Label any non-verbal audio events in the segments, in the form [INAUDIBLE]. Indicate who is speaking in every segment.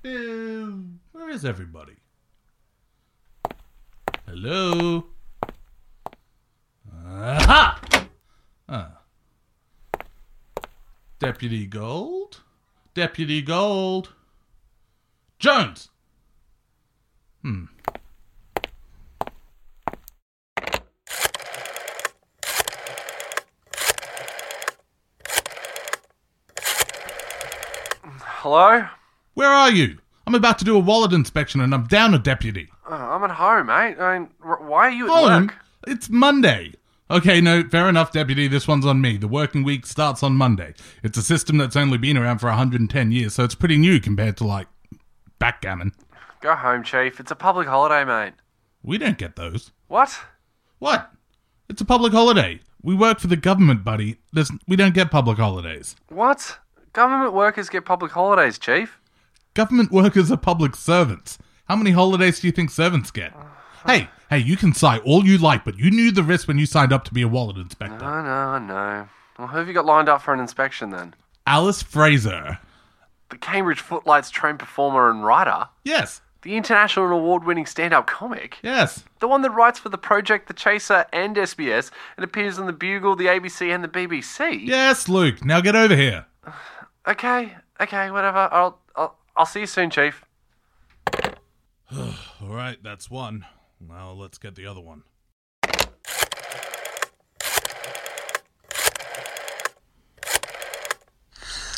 Speaker 1: Where is everybody? Hello? Aha! Ah. Deputy Gold? Deputy Gold? Jones! Hmm.
Speaker 2: Hello?
Speaker 1: Where are you? I'm about to do a wallet inspection and I'm down a deputy.
Speaker 2: Oh, I'm at home, mate. I mean, r- why are you at
Speaker 1: Home?
Speaker 2: work?
Speaker 1: It's Monday. Okay, no, fair enough, deputy. This one's on me. The working week starts on Monday. It's a system that's only been around for 110 years, so it's pretty new compared to, like, backgammon.
Speaker 2: Go home, Chief. It's a public holiday, mate.
Speaker 1: We don't get those.
Speaker 2: What?
Speaker 1: What? It's a public holiday. We work for the government, buddy. There's, we don't get public holidays.
Speaker 2: What? Government workers get public holidays, Chief.
Speaker 1: Government workers are public servants. How many holidays do you think servants get? Hey, hey, you can sigh all you like, but you knew the risk when you signed up to be a wallet inspector.
Speaker 2: I know, I know. Well, who have you got lined up for an inspection then?
Speaker 1: Alice Fraser.
Speaker 2: The Cambridge Footlights trained performer and writer?
Speaker 1: Yes,
Speaker 2: The international and award winning stand up comic?
Speaker 1: yes.
Speaker 2: The one that writes for the Project, The Chaser, and SBS and appears on The Bugle, The ABC, and The BBC?
Speaker 1: Yes, Luke. Now get over here.
Speaker 2: Okay, okay, whatever. I'll, I'll, I'll see you soon, Chief.
Speaker 1: All right, that's one. Now let's get the other one.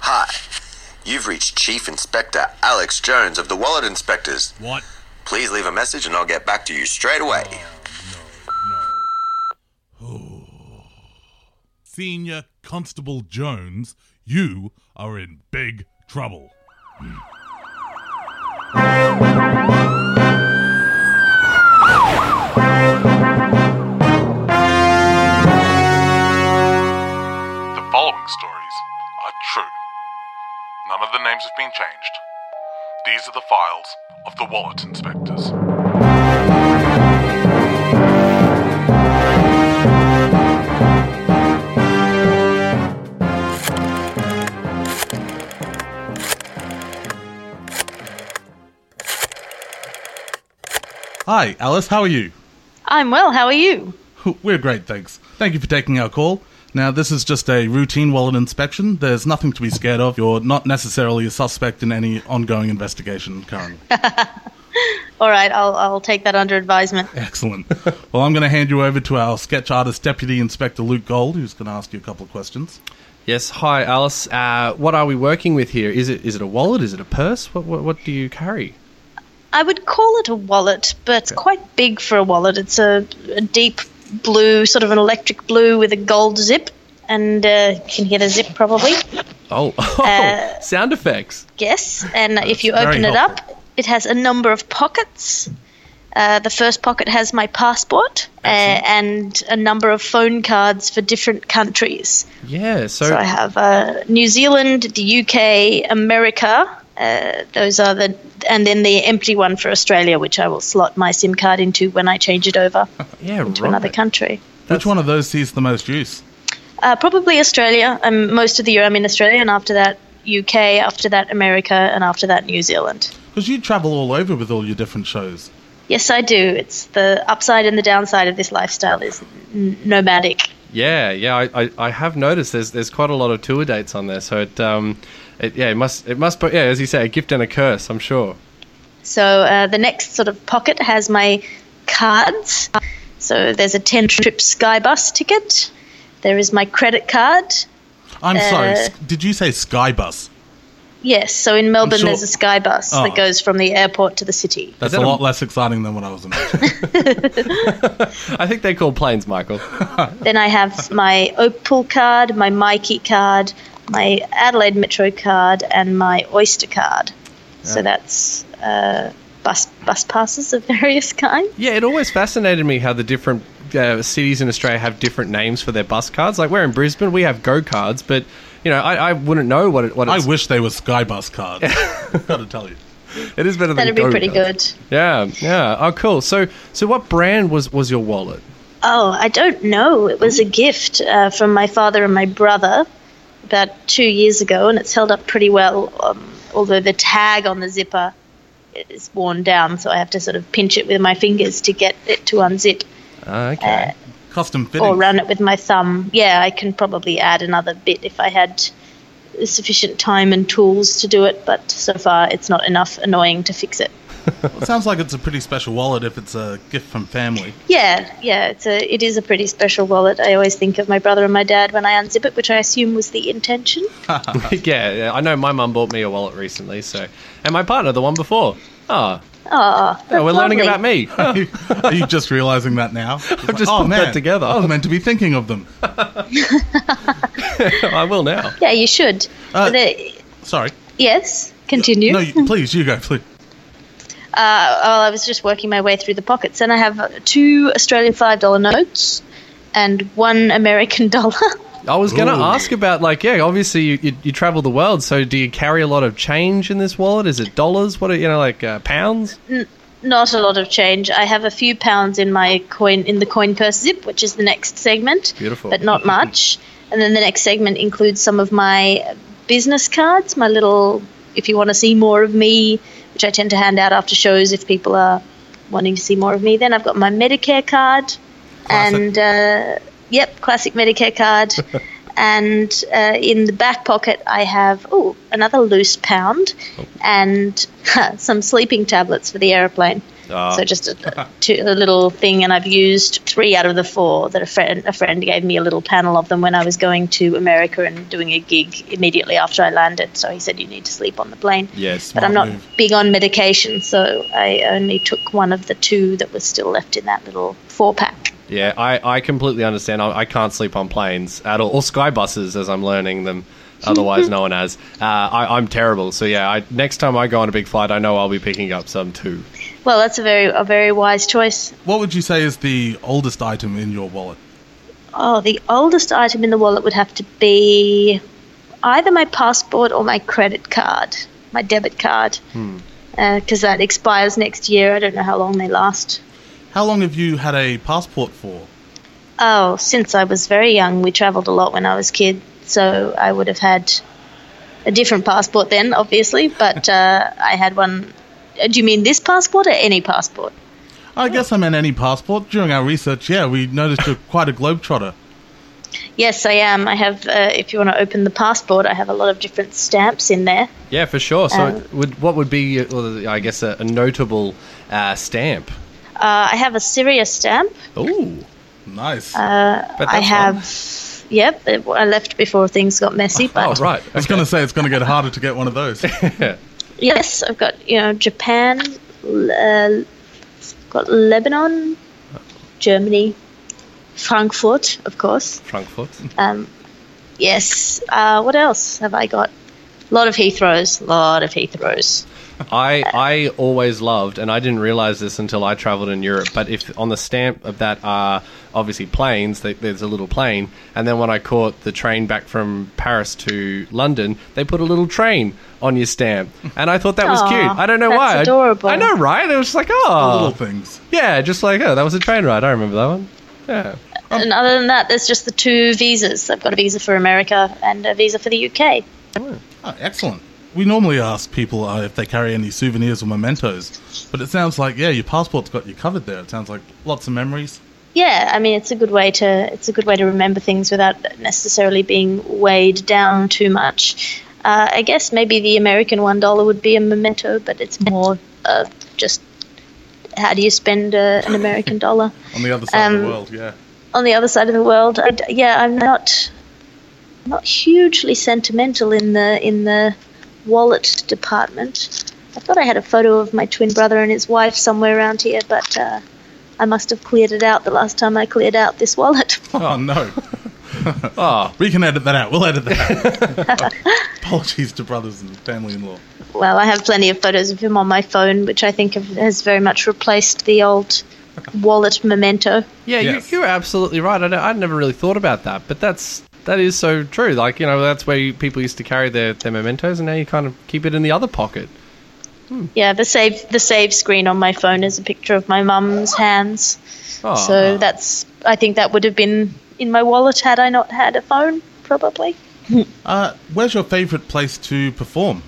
Speaker 3: Hi, you've reached Chief Inspector Alex Jones of the Wallet Inspectors.
Speaker 1: What?
Speaker 3: Please leave a message and I'll get back to you straight away.
Speaker 1: Senior Constable Jones, you are in big trouble.
Speaker 4: The following stories are true. None of the names have been changed. These are the files of the wallet inspectors.
Speaker 5: Hi, Alice, how are you?
Speaker 6: I'm well, how are you?
Speaker 5: We're great, thanks. Thank you for taking our call. Now, this is just a routine wallet inspection. There's nothing to be scared of. You're not necessarily a suspect in any ongoing investigation currently.
Speaker 6: All right, I'll, I'll take that under advisement.
Speaker 5: Excellent. Well, I'm going to hand you over to our sketch artist, Deputy Inspector Luke Gold, who's going to ask you a couple of questions.
Speaker 7: Yes. Hi, Alice. Uh, what are we working with here? Is it is it a wallet? Is it a purse? What what, what do you carry?
Speaker 6: I would call it a wallet, but it's quite big for a wallet. It's a, a deep blue, sort of an electric blue with a gold zip, and uh, you can hear the zip probably.
Speaker 7: [LAUGHS] Oh,
Speaker 6: Uh,
Speaker 7: sound effects.
Speaker 6: Yes, and if you
Speaker 5: very
Speaker 6: open it
Speaker 5: helpful.
Speaker 6: up, it has a number of pockets. Uh, the first pocket has my passport uh, and a number of phone cards for different countries.
Speaker 7: Yeah. So,
Speaker 6: So I have uh, New Zealand, the UK, America. Uh, those are the, and then the empty one for Australia, which I will slot my SIM card into when I change it over
Speaker 7: yeah,
Speaker 6: to another
Speaker 7: right.
Speaker 6: country.
Speaker 5: Which one of those sees the most use?
Speaker 6: Uh, probably Australia. Um, most of the year I'm in Australia, and after that UK, after that America, and after that New Zealand.
Speaker 5: Because you travel all over with all your different shows.
Speaker 6: Yes, I do. It's the upside and the downside of this lifestyle is n- nomadic.
Speaker 7: Yeah, yeah. I, I, I have noticed there's there's quite a lot of tour dates on there. So it um, it, yeah, it must it must be yeah, as you say, a gift and a curse. I'm sure.
Speaker 6: So uh, the next sort of pocket has my cards. So there's a 10 trip Skybus ticket. There is my credit card.
Speaker 5: I'm sorry,
Speaker 6: Uh,
Speaker 5: s- did you say Skybus?
Speaker 6: Yes, so in Melbourne
Speaker 5: sure-
Speaker 6: there's a Skybus
Speaker 5: Oh.
Speaker 6: that goes from the airport to the city.
Speaker 5: That's
Speaker 7: Ah. that
Speaker 5: a
Speaker 7: a-
Speaker 5: lot less exciting than what I was imagining.
Speaker 7: I think they call planes, Michael.
Speaker 6: Then I
Speaker 7: [LAUGHS]
Speaker 6: have my Opal card, my Mikey card, my Adelaide Metro card, and my Oyster card. So that's uh, bus bus passes of [LAUGHS] various kinds.
Speaker 7: Yeah, it always fascinated me how the different uh, cities in Australia have different names for their bus cards. Like we're in Brisbane, we have go cards, but you know, I, I wouldn't know what it what
Speaker 5: I
Speaker 7: it's,
Speaker 5: wish they were Skybus cards. Gotta tell you.
Speaker 7: it is better than
Speaker 6: That'd be
Speaker 7: go
Speaker 6: pretty
Speaker 7: cards.
Speaker 6: good.
Speaker 7: Yeah, yeah. Oh, cool. So, so what brand was was your wallet?
Speaker 6: Oh, I don't know. It was a gift uh, from my father and my brother. about two years ago, and it's held up pretty well. Um, although the tag on the zipper is worn down, so I have to sort of pinch it with my fingers to get it to unzip,
Speaker 7: Ah,
Speaker 6: Uh,
Speaker 7: Okay.
Speaker 5: Custom fitting.
Speaker 6: or run it with my thumb. Yeah, I can probably add another bit if I had sufficient time and tools to do it, but so far it's not enough annoying to fix it.
Speaker 5: It sounds like it's a pretty special wallet if it's a gift from family. [LAUGHS]
Speaker 6: Yeah, yeah, it's a it is a pretty special wallet. I always think of my brother and my dad when I unzip it, which I assume was the intention.
Speaker 7: [LAUGHS] yeah, yeah, I know my mum bought me a wallet recently, so and my partner the one before. Oh,
Speaker 6: Ah,
Speaker 7: oh, [LAUGHS] we're learning
Speaker 6: lovely.
Speaker 7: about me.
Speaker 6: [LAUGHS]
Speaker 7: [LAUGHS]
Speaker 5: Are you just realizing that now? I've
Speaker 7: just put that together."
Speaker 5: I was meant to be thinking of them.
Speaker 7: I will now.
Speaker 6: Yeah, you should.
Speaker 5: Uh,
Speaker 6: But it-
Speaker 5: Sorry.
Speaker 6: yes, continue.
Speaker 5: No, you, please, you go. Please.
Speaker 6: uh, well, I was just working my way through the pockets, and I have uh, two Australian five dollar notes and one American [LAUGHS] dollar.
Speaker 7: I was going to
Speaker 5: Ooh.
Speaker 7: ask about like yeah, obviously you, you you travel the world, so do you carry a lot of change in this wallet? Is it dollars? What are you know like uh, pounds?
Speaker 6: Not a lot of change. I have a few pounds in my coin in the coin purse zip, which is the next segment.
Speaker 7: Beautiful.
Speaker 6: but not much. and then the next segment includes some of my business cards, my little. If you want to see more of me, which I tend to hand out after shows, if people are wanting to see more of me, then I've got my Medicare card, and uh, yep, classic Medicare card. and uh, in the back pocket, I have oh another loose pound, and [LAUGHS] some sleeping tablets for the airplane. So just a, a- two, a little thing, and I've used three out of the four that a friend a friend gave me a little panel of them when I was going to America and doing a gig immediately after I landed. So he said you need to sleep on the plane.
Speaker 7: Yes,
Speaker 6: but I'm not big on medication, so I only took one of the two that was still left in that little four pack.
Speaker 7: Yeah, I, I completely understand. I, I can't sleep on planes at all, or sky buses, as I'm
Speaker 6: [LAUGHS]
Speaker 7: learning them, otherwise known as. Uh, I, I'm terrible. So yeah, I, next time I go on a big flight, I know I'll be picking up some too.
Speaker 6: Well, that's a very a very wise choice.
Speaker 5: What would you say is the oldest item in your wallet?
Speaker 6: Oh, the oldest item in the wallet would have to be either my passport or my credit card, my debit card, because that expires next year. I don't know how long they last.
Speaker 5: How long have you had a passport for?
Speaker 6: Oh, since I was very young, we travelled a lot when I was a kid, so I would have had a different passport then, obviously. But uh, I had one. uh, Do you mean this passport or any passport?
Speaker 5: I guess I meant any passport. During our research, yeah, we noticed you're quite a globetrotter.
Speaker 6: Yes, I am. I have. Uh, if you want to open the passport, I have a lot of different stamps in there.
Speaker 7: Yeah, for sure. So
Speaker 6: Um,
Speaker 7: it would what would be, uh, well, I guess, a, a notable uh, stamp?
Speaker 6: Uh, I have a Sirius stamp.
Speaker 7: Ooh,
Speaker 5: Nice.
Speaker 7: but that's
Speaker 6: I
Speaker 7: one.
Speaker 6: have. Yep, it- I left before things got messy.
Speaker 7: Oh
Speaker 6: But [LAUGHS]
Speaker 7: right,
Speaker 5: I was going to say it's going to get harder to get one of those.
Speaker 6: yes, I've got you know Japan, l- uh, got Lebanon, Germany, Frankfurt, of course.
Speaker 7: Frankfurt.
Speaker 6: Um, yes. Uh, what else have I got? A lot of Heathrows. A lot of Heathrows.
Speaker 7: I I always loved, and I didn't realize this until I traveled in Europe. But if on the stamp of that are obviously planes, they, there's a little plane, and then when I caught the train back from Paris to London, they put a little train on your stamp, and I thought that was
Speaker 6: Aw,
Speaker 7: cute. I don't know
Speaker 6: that's
Speaker 7: why. I-
Speaker 6: adorable.
Speaker 7: I, know, right? It was just like, oh,
Speaker 5: Little things.
Speaker 7: yeah, just like oh, that was a train ride. I remember that one. Yeah.
Speaker 6: And other than that, there's just the two visas. I've got a visa for America and a visa for the UK.
Speaker 5: Oh, excellent. We normally ask people uh, if they carry any souvenirs or mementos, but it sounds like, yeah, your passport's got you covered there. It sounds like lots of memories.
Speaker 6: yeah i mean it's a good way to it's a good way to remember things without necessarily being weighed down too much uh, i guess maybe the american one dollar would be a memento but it's more uh, just how do you spend uh, an american dollar
Speaker 5: On the other side of
Speaker 6: Um,
Speaker 5: the world,
Speaker 6: [LAUGHS]
Speaker 5: yeah.
Speaker 6: on the other side of the world I d yeah i'm not not hugely sentimental in the in the wallet department i thought i had a photo of my twin brother and his wife somewhere around here but uh, i must have cleared it out the last time i cleared out this wallet [LAUGHS]
Speaker 5: Oh, no.
Speaker 7: Oh,
Speaker 5: [LAUGHS] We can edit that out. We'll edit that out.
Speaker 6: [LAUGHS]
Speaker 5: Apologies to brothers and family in law.
Speaker 6: well, I have plenty of photos of him on my phone, which I think have, has very much replaced the old wallet memento.
Speaker 7: Yeah,
Speaker 5: Yes.
Speaker 7: you, you're absolutely right. I, don't- I'd never really thought about that, but that's that is so true. Like you know, that's where you, people used to carry their, their mementos, and now you kind of keep it in the other pocket.
Speaker 6: Yeah, the save the save screen on my phone is a picture of my mum's hands.
Speaker 5: Ah.
Speaker 7: Oh,
Speaker 6: So that's I think that would have been in my wallet had I not had a phone, probably.
Speaker 5: Uh, where's your favorite place to perform?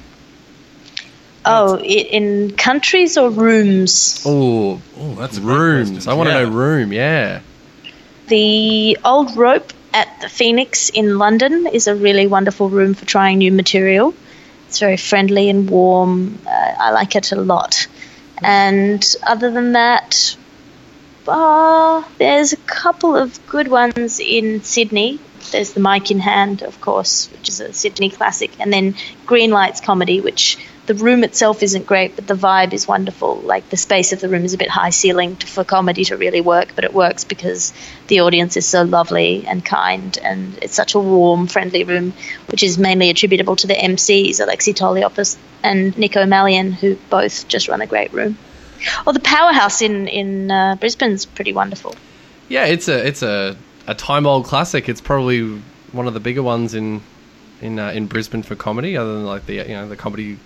Speaker 6: Oh, i- in countries or rooms?
Speaker 7: Oh,
Speaker 5: Oh, that's a great
Speaker 7: rooms.
Speaker 5: question.
Speaker 7: I want to
Speaker 5: Yeah.
Speaker 7: know room. Yeah.
Speaker 6: The old rope at the Phoenix in London is a really wonderful room for trying new material. It's very friendly and warm. Uh, I like it a lot. And other than that, uh, there's a couple of good ones in Sydney. There's the Mike in Hand, of course, which is a Sydney classic, and then Green Lights Comedy, which the room itself isn't great, but the vibe is wonderful. Like the space of the room is a bit high ceiling to, for comedy to really work, but it works because the audience is so lovely and kind, and it's such a warm, friendly room, which is mainly attributable to the MCs, Alexi Toliopoulos and Nico Malian, who both just run a great room. Oh, the powerhouse in in uh, Brisbane's pretty wonderful.
Speaker 7: Yeah, it's a it's a, a time old classic. It's probably one of the bigger ones in in uh, in Brisbane for comedy, other than like the you know the comedy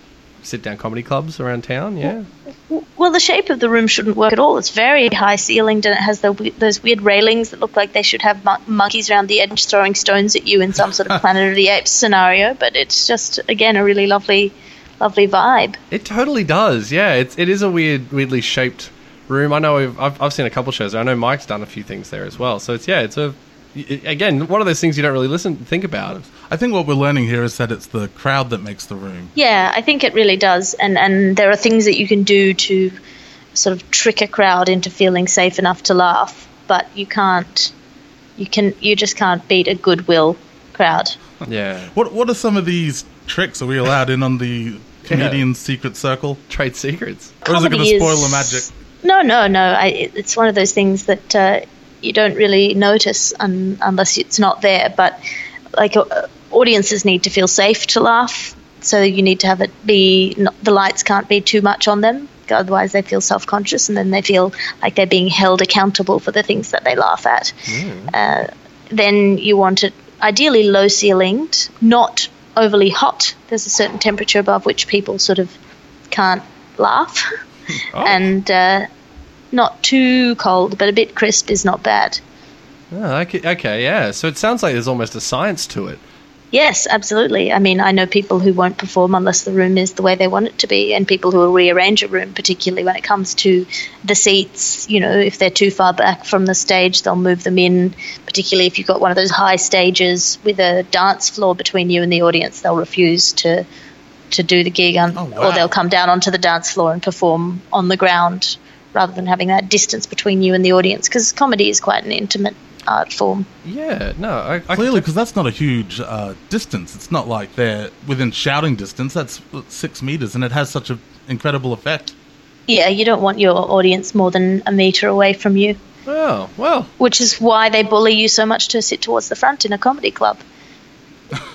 Speaker 7: sit down comedy clubs around town. Yeah.
Speaker 6: W- Well, the shape of the room shouldn't work at all. It's very high ceilinged, and it has the, we- those weird railings that look like they should have mon- monkeys around the edge throwing stones at you in some sort of Planet of the Apes scenario. But it's just again a really lovely, lovely vibe.
Speaker 7: It totally does. Yeah, it's it is a weird, weirdly shaped room. I know I've I've, I've seen a couple shows. there. I know Mike's done a few things there as well. So it's yeah, it's a i- again one of those things you don't really listen
Speaker 5: [LAUGHS]
Speaker 7: think about.
Speaker 5: I think what we're learning here is that it's the crowd that makes the room.
Speaker 6: Yeah, I think it really does, and and there are things that you can do to sort of trick a crowd into feeling safe enough to laugh, but you can't. You can. You just can't beat a goodwill crowd.
Speaker 7: Yeah,
Speaker 5: What What are some of these tricks? Are we allowed in on
Speaker 6: [LAUGHS]
Speaker 5: the comedian's secret circle?
Speaker 7: trade secrets.
Speaker 5: Or is it going
Speaker 6: Comedy
Speaker 5: to
Speaker 6: is-
Speaker 5: spoil the magic?
Speaker 6: No, no, no. I, it- it's one of those things that uh, you don't really notice un, unless it's not there. But like uh, audiences need to feel safe to laugh, so you need to have it be not, the lights can't be too much on them. Otherwise, they feel self conscious and then they feel like they're being held accountable for the things that they laugh at.
Speaker 5: Hmm.
Speaker 6: Uh, then you want it ideally low ceilinged, not overly hot. There's a certain temperature above which people sort of can't laugh [LAUGHS] and uh, not too cold, but a bit crisp is not bad.
Speaker 7: Oh, okay, okay, yeah. So it sounds like there's almost a science to it.
Speaker 6: Yes, absolutely. I mean, I know people who won't perform unless the room is the way they want it to be, and people who will rearrange a room, particularly when it comes to the seats. You know, if they're too far back from the stage, they'll move them in, particularly if you've got one of those high stages with a dance floor between you and the audience, they'll refuse to. To do the gig, on,
Speaker 5: wow.
Speaker 6: or they'll come down onto the dance floor and perform on the ground rather than having that distance between you and the audience because comedy is quite an intimate art form.
Speaker 7: Yeah, no, I, I
Speaker 5: Clearly, because that's not a huge uh, distance. It's not like they're within shouting distance. That's uh, six meters, and it has such an incredible effect.
Speaker 6: Yeah, you don't want your audience more than a meter away from you,
Speaker 7: Oh well,
Speaker 6: which is why they bully you so much to sit towards the front in a comedy
Speaker 7: [LAUGHS]
Speaker 6: club.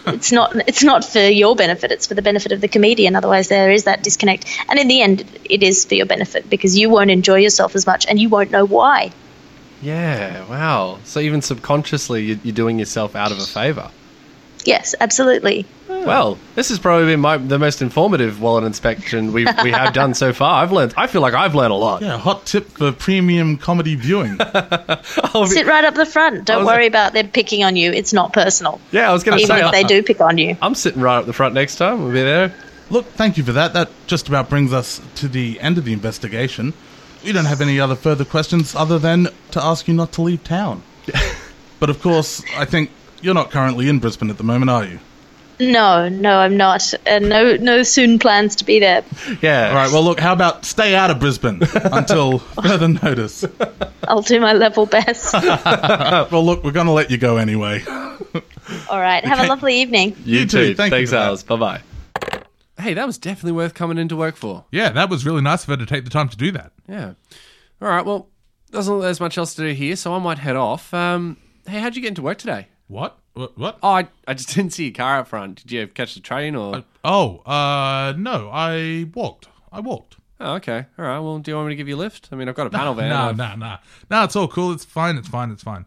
Speaker 6: it's not it's not for your benefit, it's for the benefit of the comedian, otherwise there is that disconnect. And in the end it is for your benefit because you won't enjoy yourself as much and you won't know why.
Speaker 7: yeah, wow. So even subconsciously, you're, you're doing yourself out of a favor.
Speaker 6: Yes, absolutely.
Speaker 7: Well, this has probably been my, the most informative wallet inspection we we have done so far. I've learned. I feel like I've learned a
Speaker 5: [LAUGHS]
Speaker 7: lot.
Speaker 5: Yeah, hot tip for premium comedy viewing.
Speaker 7: I'll be-
Speaker 6: Sit right up the front. Don't
Speaker 7: was
Speaker 6: worry about them picking on you. It's not personal.
Speaker 7: yeah, I was going to
Speaker 6: Even
Speaker 7: say
Speaker 6: if they do pick on you.
Speaker 7: I'm sitting right up the front next time. We'll be there.
Speaker 5: Look, thank you for that. That just about brings us to the end of the investigation. We don't have any other further questions other than to ask you not to leave town. but of course, I think you're not currently in Brisbane at the moment, are you?
Speaker 6: No, no, I'm not. And no no soon plans to be
Speaker 7: [LAUGHS]
Speaker 6: there.
Speaker 7: Yeah.
Speaker 5: All right, well, look, how about stay out of Brisbane until further notice?
Speaker 6: I'll do my level best.
Speaker 5: Well, look, we're going to let you go anyway.
Speaker 6: All right. Have a lovely evening.
Speaker 5: You too. Thank you
Speaker 7: Thanks,
Speaker 5: for that.
Speaker 7: Alice. Bye bye. Hey, that was definitely worth coming into work for.
Speaker 1: Yeah, that was really nice of her to take the time to do that.
Speaker 7: Yeah. All right. Well, doesn't look like there's much else to do here, so I might head off. Um, hey, how'd you get into work today?
Speaker 1: What? What? what?
Speaker 7: Oh, I, I just [LAUGHS] didn't see your car out front. Did you catch the train or?
Speaker 1: Oh, uh, no, I walked. I walked.
Speaker 7: oh, okay. All right. Well, do you want me to give you a lift? I mean, I've got a panel van.
Speaker 1: Nah,
Speaker 7: I've-
Speaker 1: nah, nah. Nah, it's all cool. It's fine. It's fine. It's fine.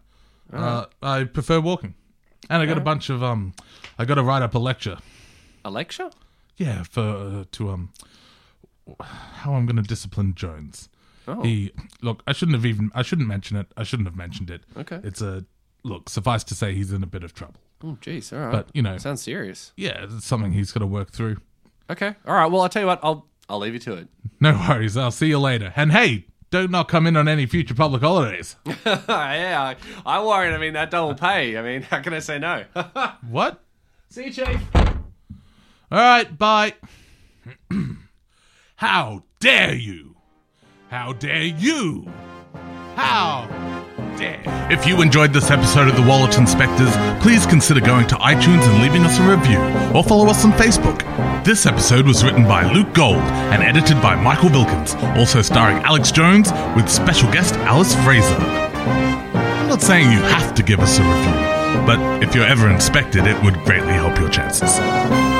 Speaker 1: Uh, I prefer walking. And I got a bunch of, um, I got to write up a lecture.
Speaker 7: A lecture?
Speaker 1: Yeah, for, uh, to, um, how I'm going to discipline Jones.
Speaker 7: Oh.
Speaker 1: He, look, I shouldn't have even, I shouldn't mention it. I shouldn't have mentioned it.
Speaker 7: Okay.
Speaker 1: It's a, look, suffice to say he's in a bit of trouble.
Speaker 7: Oh, jeez. All right.
Speaker 1: But, you know-
Speaker 7: sounds serious.
Speaker 1: Yeah, it's something he's got to work through.
Speaker 7: Okay. All right. Well, I'll tell you what. I'll I'll leave you to it. [LAUGHS]
Speaker 1: No worries. I'll see you later. And hey, don't not come in on any future public holidays.
Speaker 7: yeah. I, I worried. I mean, that double pay. I mean, [LAUGHS] how can I say no?
Speaker 1: what?
Speaker 7: See you, chief.
Speaker 1: All right, bye. [CLEARS THROAT] How dare you? How dare you? How dare If you enjoyed this episode of The Wallet Inspectors, please consider going to iTunes and leaving us a review, or follow us on Facebook. This episode was written by Luke Gold and edited by Michael Wilkins, also starring Alex Jones with special guest Alice Fraser. I'm not saying you have to give us a review, but if you're ever inspected, it would greatly help your chances.